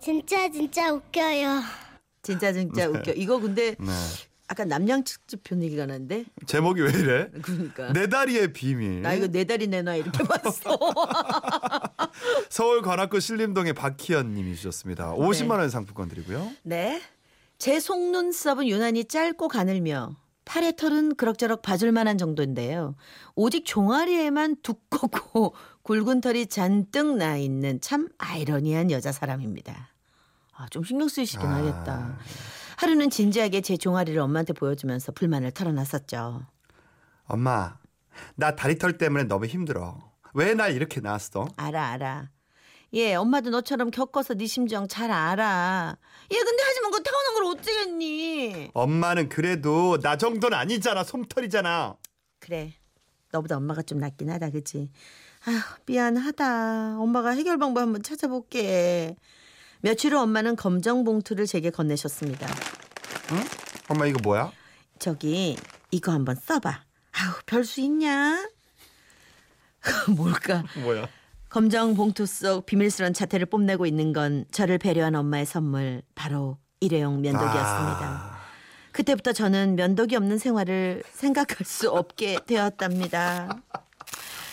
진짜 진짜 웃겨요. 진짜 진짜 웃겨. 이거 근데 네. 아까 남양측 집편 얘기가 나는데 제목이 왜 이래? 그러니까 내 다리의 비밀. 나 이거 내 다리 내놔 이렇게 봤어. 서울 관악구 신림동의 박희연 님이 주셨습니다. 50만 원 상품권 드리고요. 네. 제 속눈썹은 유난히 짧고 가늘며 팔의 털은 그럭저럭 봐줄 만한 정도인데요. 오직 종아리에만 두껍고 굵은 털이 잔뜩 나 있는 참 아이러니한 여자 사람입니다. 아, 좀 신경 쓰이시긴 아. 하겠다. 하루는 진지하게 제 종아리를 엄마한테 보여주면서 불만을 털어놨었죠. 엄마, 나 다리털 때문에 너무 힘들어. 왜 날 이렇게 낳았어? 알아 알아. 예, 엄마도 너처럼 겪어서 네 심정 잘 알아. 예, 근데 하지만 그거 태어난 걸 어쩌겠니? 엄마는 그래도 나 정도는 아니잖아. 솜털이잖아. 그래. 너보다 엄마가 좀 낫긴 하다, 그지? 아휴, 미안하다. 엄마가 해결 방법 한번 찾아볼게. 며칠 후 엄마는 검정 봉투를 제게 건네셨습니다. 엄마 이거 뭐야? 저기, 이거 한번 써봐. 아우, 별수 있냐? 뭘까? 뭐야? 검정 봉투 속 비밀스런 자태를 뽐내고 있는 건 저를 배려한 엄마의 선물, 바로 일회용 면도기였습니다. 그때부터 저는 면도기 없는 생활을 생각할 수 없게 되었답니다.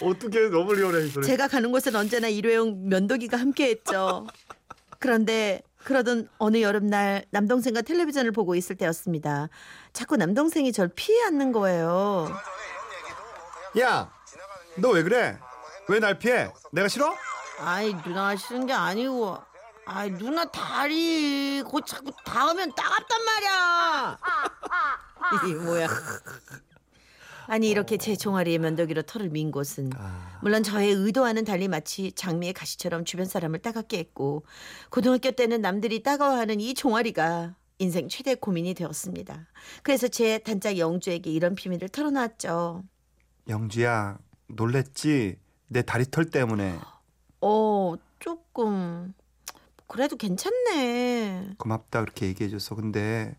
어떻게 너무 리얼해 이 소리. 제가 가는 곳은 언제나 일회용 면도기가 함께했죠. 그런데 그러던 어느 여름날 남동생과 텔레비전을 보고 있을 때였습니다. 자꾸 남동생이 절 피해 앉는 거예요. 야, 너 왜 그래? 왜 날 피해? 내가 싫어? 아이 누나 싫은 게 아니고 아이 누나 다리 곧 자꾸 닿으면 따갑단 말이야. 이 뭐야? 아니 이렇게 제 종아리에 면도기로 털을 민 곳은 물론 저의 의도와는 달리 마치 장미의 가시처럼 주변 사람을 따갑게 했고 고등학교 때는 남들이 따가워하는 이 종아리가 인생 최대 고민이 되었습니다. 그래서 제 단짝 영주에게 이런 비밀을 털어놨죠. 영주야, 놀랬지? 내 다리털 때문에. 어 조금 그래도 괜찮네. 고맙다 그렇게 얘기해줘서. 근데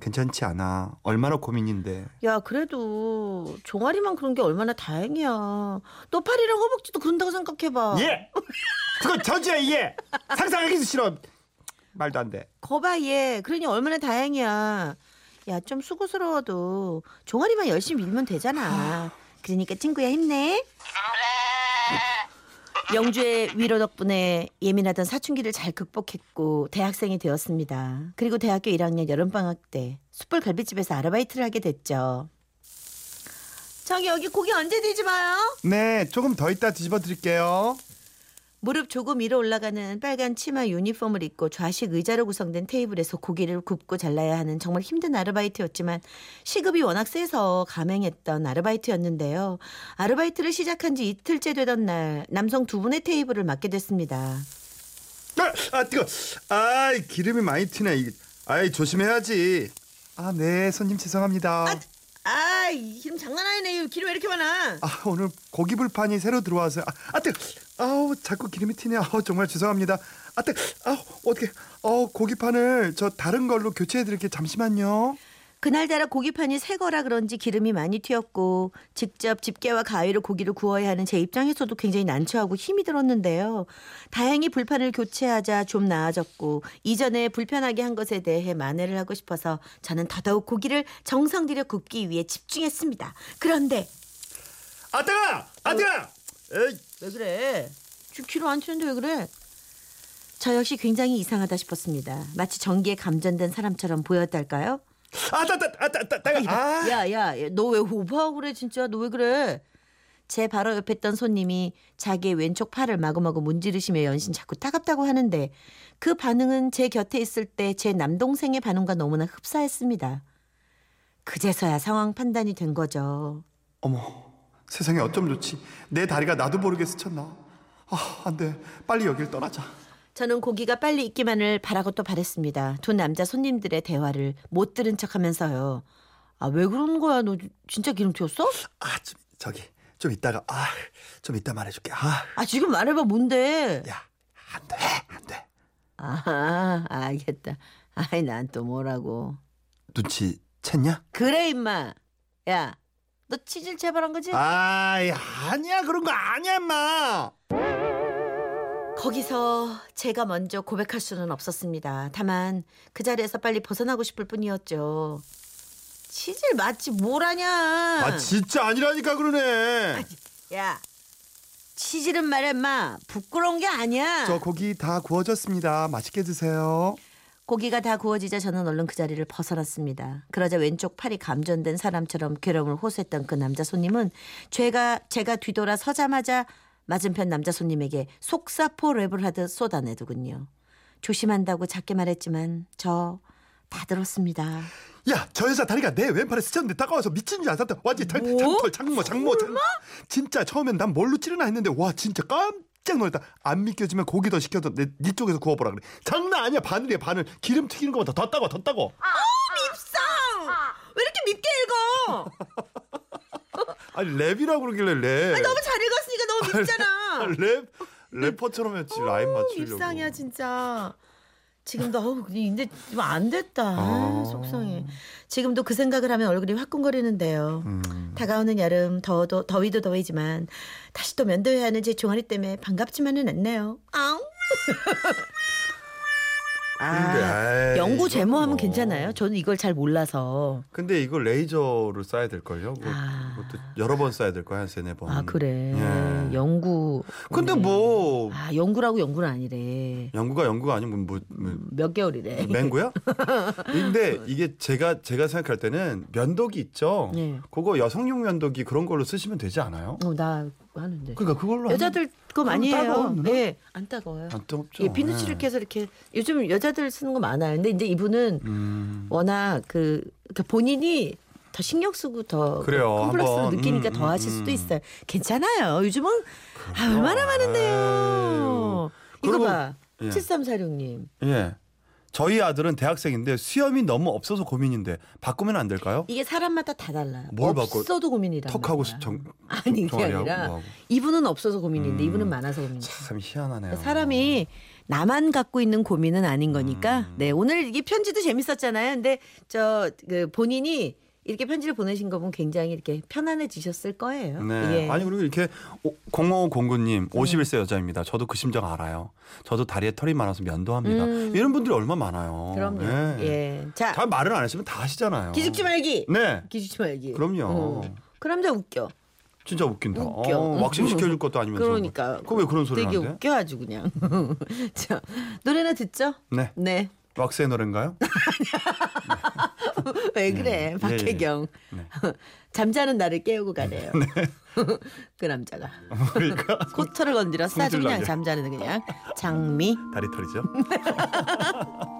괜찮지 않아. 얼마나 고민인데. 야, 그래도 종아리만 그런 게 얼마나 다행이야. 너 팔이랑 허벅지도 그런다고 생각해봐. 예. 그건 저주야 예. 상상하기도 싫어. 말도 안 돼. 거봐, 얘. 그러니 얼마나 다행이야. 야, 좀 수고스러워도 종아리만 열심히 밀면 되잖아. 그러니까 친구야, 힘내. 영주의 위로 덕분에 예민하던 사춘기를 잘 극복했고 대학생이 되었습니다. 그리고 대학교 1학년 여름방학 때 숯불 갈비집에서 아르바이트를 하게 됐죠. 저기 여기 고기 언제 뒤지 마요? 네, 조금 더 있다 뒤집어 드릴게요. 무릎 조금 위로 올라가는 빨간 치마 유니폼을 입고 좌식 의자로 구성된 테이블에서 고기를 굽고 잘라야 하는 정말 힘든 아르바이트였지만 시급이 워낙 세서 감행했던 아르바이트였는데요. 아르바이트를 시작한 지 이틀째 되던 날 남성 두 분의 테이블을 맡게 됐습니다. 아, 아 뜨거. 아, 이 기름이 많이 튀네. 이, 아이 조심해야지. 아, 네, 손님 죄송합니다. 아, 이 기름 장난 아니네. 이 기름 왜 이렇게 많아? 아, 오늘 고기 불판이 새로 들어와서 아, 아 뜨거. 아우, 자꾸 기름이 튀네. 아우, 정말 죄송합니다. 아, 뜨거. 아우, 어떻게? 어, 고기판을 저 다른 걸로 교체해 드릴게요. 잠시만요. 그날따라 고기판이 새거라 그런지 기름이 많이 튀었고 직접 집게와 가위로 고기를 구워야 하는 제 입장에서도 굉장히 난처하고 힘이 들었는데요. 다행히 불판을 교체하자 좀 나아졌고 이전에 불편하게 한 것에 대해 만회를 하고 싶어서 저는 더더욱 고기를 정성들여 굽기 위해 집중했습니다. 그런데 아, 뜨거. 아, 뜨거. 에이, 왜 그래? 키로 안 치는데 왜 그래? 저 역시 굉장히 이상하다 싶었습니다. 마치 전기에 감전된 사람처럼 보였달까요? 아, 따, 따, 따, 따, 따, 아. 야야 너 왜 오버하고 그래 진짜 너 왜 그래 제 바로 옆에 있던 손님이 자기의 왼쪽 팔을 마구마구 문지르시며 연신 자꾸 따갑다고 하는데 그 반응은 제 곁에 있을 때 제 남동생의 반응과 너무나 흡사했습니다 그제서야 상황 판단이 된 거죠 어머 세상에 어쩜 좋지 내 다리가 나도 모르게 스쳤나 아 안돼 빨리 여길 떠나자 저는 고기가 빨리 익기만을 바라고 또 바랬습니다 두 남자 손님들의 대화를 못 들은 척하면서요 아 왜 그런 거야 너 진짜 기름 튀었어? 아 좀, 저기 좀 이따가 아 좀 이따 말해줄게 아 지금 말해봐 뭔데 아야 안돼 안돼 아, 알겠다. 아이, 난 또 뭐라고. 눈치 챘냐 그래, 임마. 야, 너 치질 아. 재발한 거지? 아이 아니야 그런 거 아니야 임마 거기서 제가 먼저 고백할 수는 없었습니다. 다만 그 자리에서 빨리 벗어나고 싶을 뿐이었죠. 치질 맞지 뭘 하냐? 아 진짜 아니라니까 그러네. 야, 치질은 말해 마. 부끄러운 게 아니야. 저 고기 다 구워졌습니다. 맛있게 드세요. 고기가 다 구워지자 저는 얼른 그 자리를 벗어났습니다. 그러자 왼쪽 팔이 감전된 사람처럼 괴로움을 호소했던 그 남자 손님은 제가 제가 뒤돌아 서자마자 맞은편 남자 손님에게 속사포 랩을 하듯 쏟아내더군요. 조심한다고 작게 말했지만 저 다 들었습니다. 야 저 여자 다리가 내 왼팔에 스쳤는데 다가와서 미친 줄 알았다. 완전 장, 뭐? 장털 장모 장모 장. 진짜 처음엔 난 뭘로 찌르나 했는데 와 진짜 깜짝 놀랐다. 안 믿겨지면 고기 더 시켜서 내 니 쪽에서 구워보라 그래. 장난 아니야 바늘이야 바늘. 기름 튀기는 것보다 더 따고 더 따고. 아. 왜 이렇게 밉게 읽어? 아니 랩이라고 그러길래 랩. 잘 읽었으니까 너무 아, 랩 래퍼처럼 어, 했지 라인 맞추려고. 입상이야 진짜. 지금도 어우 근데 좀 안 됐다. 아, 아. 속상해. 지금도 그 생각을 하면 얼굴이 화끈거리는데요. 음. 다가오는 여름 더도 더위도 더위지만 다시 또 면도해야 하는 제 종아리 때문에 반갑지만은 않네요. 아웅. 근데 아이, 연구 제모하면 뭐. 괜찮아요? 저는 이걸 잘 몰라서. 근데 이거 레이저로 쏴야 될 걸요. 그거- 아. 그것도 여러 번 쏴야 될 거야 한 세네 번. 아 그래. 음. 예. 연구. 근데 뭐 아 연구라고 연구는 아니래. 연구가 연구가 아니면 뭐, 뭐 몇 개월이래. 맹구야? 어. 근데 이게 제가 제가 생각할 때는 면도기 있죠. 예. 그거 여성용 면도기 그런 걸로 쓰시면 되지 않아요? 어, 나 하는데. 그러니까 그걸로 여자들 거 많이 그럼 따가워, 해요. 누나? 네, 안 따가워요. 하면 안 뜨겁죠. 이게 비누칠을 예. 깨서 이렇게 요즘 여자들 쓰는 거 많아요. 근데 이제 이분은 음. 워낙 그 그러니까 본인이 더 신경 쓰고 더 그래요. 콤플렉스로 한번, 느끼니까 음, 더 하실 음, 수도 음. 있어요. 괜찮아요. 요즘은 아, 얼마나 많은데요. 아유. 이거 그러고- 봐. 예. 7346님. 예. 저희 아들은 대학생인데 수염이 너무 없어서 고민인데 바꾸면 안 될까요? 이게 사람마다 다 달라요. 뭘 바꿔- 없어도 고민이라. 턱하고 정 아니 그게 종아리하고 아니라 뭐하고. 이분은 없어서 고민인데 음. 이분은 많아서 고민이에요. 참 희한하네요. 그러니까 사람이 나만 갖고 있는 고민은 아닌 거니까. 음. 네, 오늘 이 편지도 재밌었잖아요. 근데 저 그 본인이 이렇게 편지를 보내신 거 보면 굉장히 이렇게 편안해지셨을 거예요. 네. 예. 네. 아니 그리고 이렇게 0509님 51세 여자입니다. 저도 그 심정 알아요. 저도 다리에 털이 많아서 면도합니다. 음. 이런 분들이 얼마 나 많아요. 그럼요. 예. 예. 자, 다 말을 안 했으면 다 하시잖아요. 기죽지 말기. 네. 기죽지 말기. 그럼요. 그럼 다 웃겨. 진짜 웃긴다. 웃겨. 어, 왁싱 시켜줄 것도 아니면서. 그러니까. 그왜 그런 소리를 되게 하는데? 웃겨 아주 그냥. 자, 노래나 듣죠? 네. 네. 왁스의 노래인가요? 왜 그래? 예, 예. 박혜경. 네. 잠자는 나를 깨우고 가네요. 그 남자가. 그러니까 코털을 건드려 싸주 그냥 성질나게. 잠자는 그냥 장미 다리 털이죠.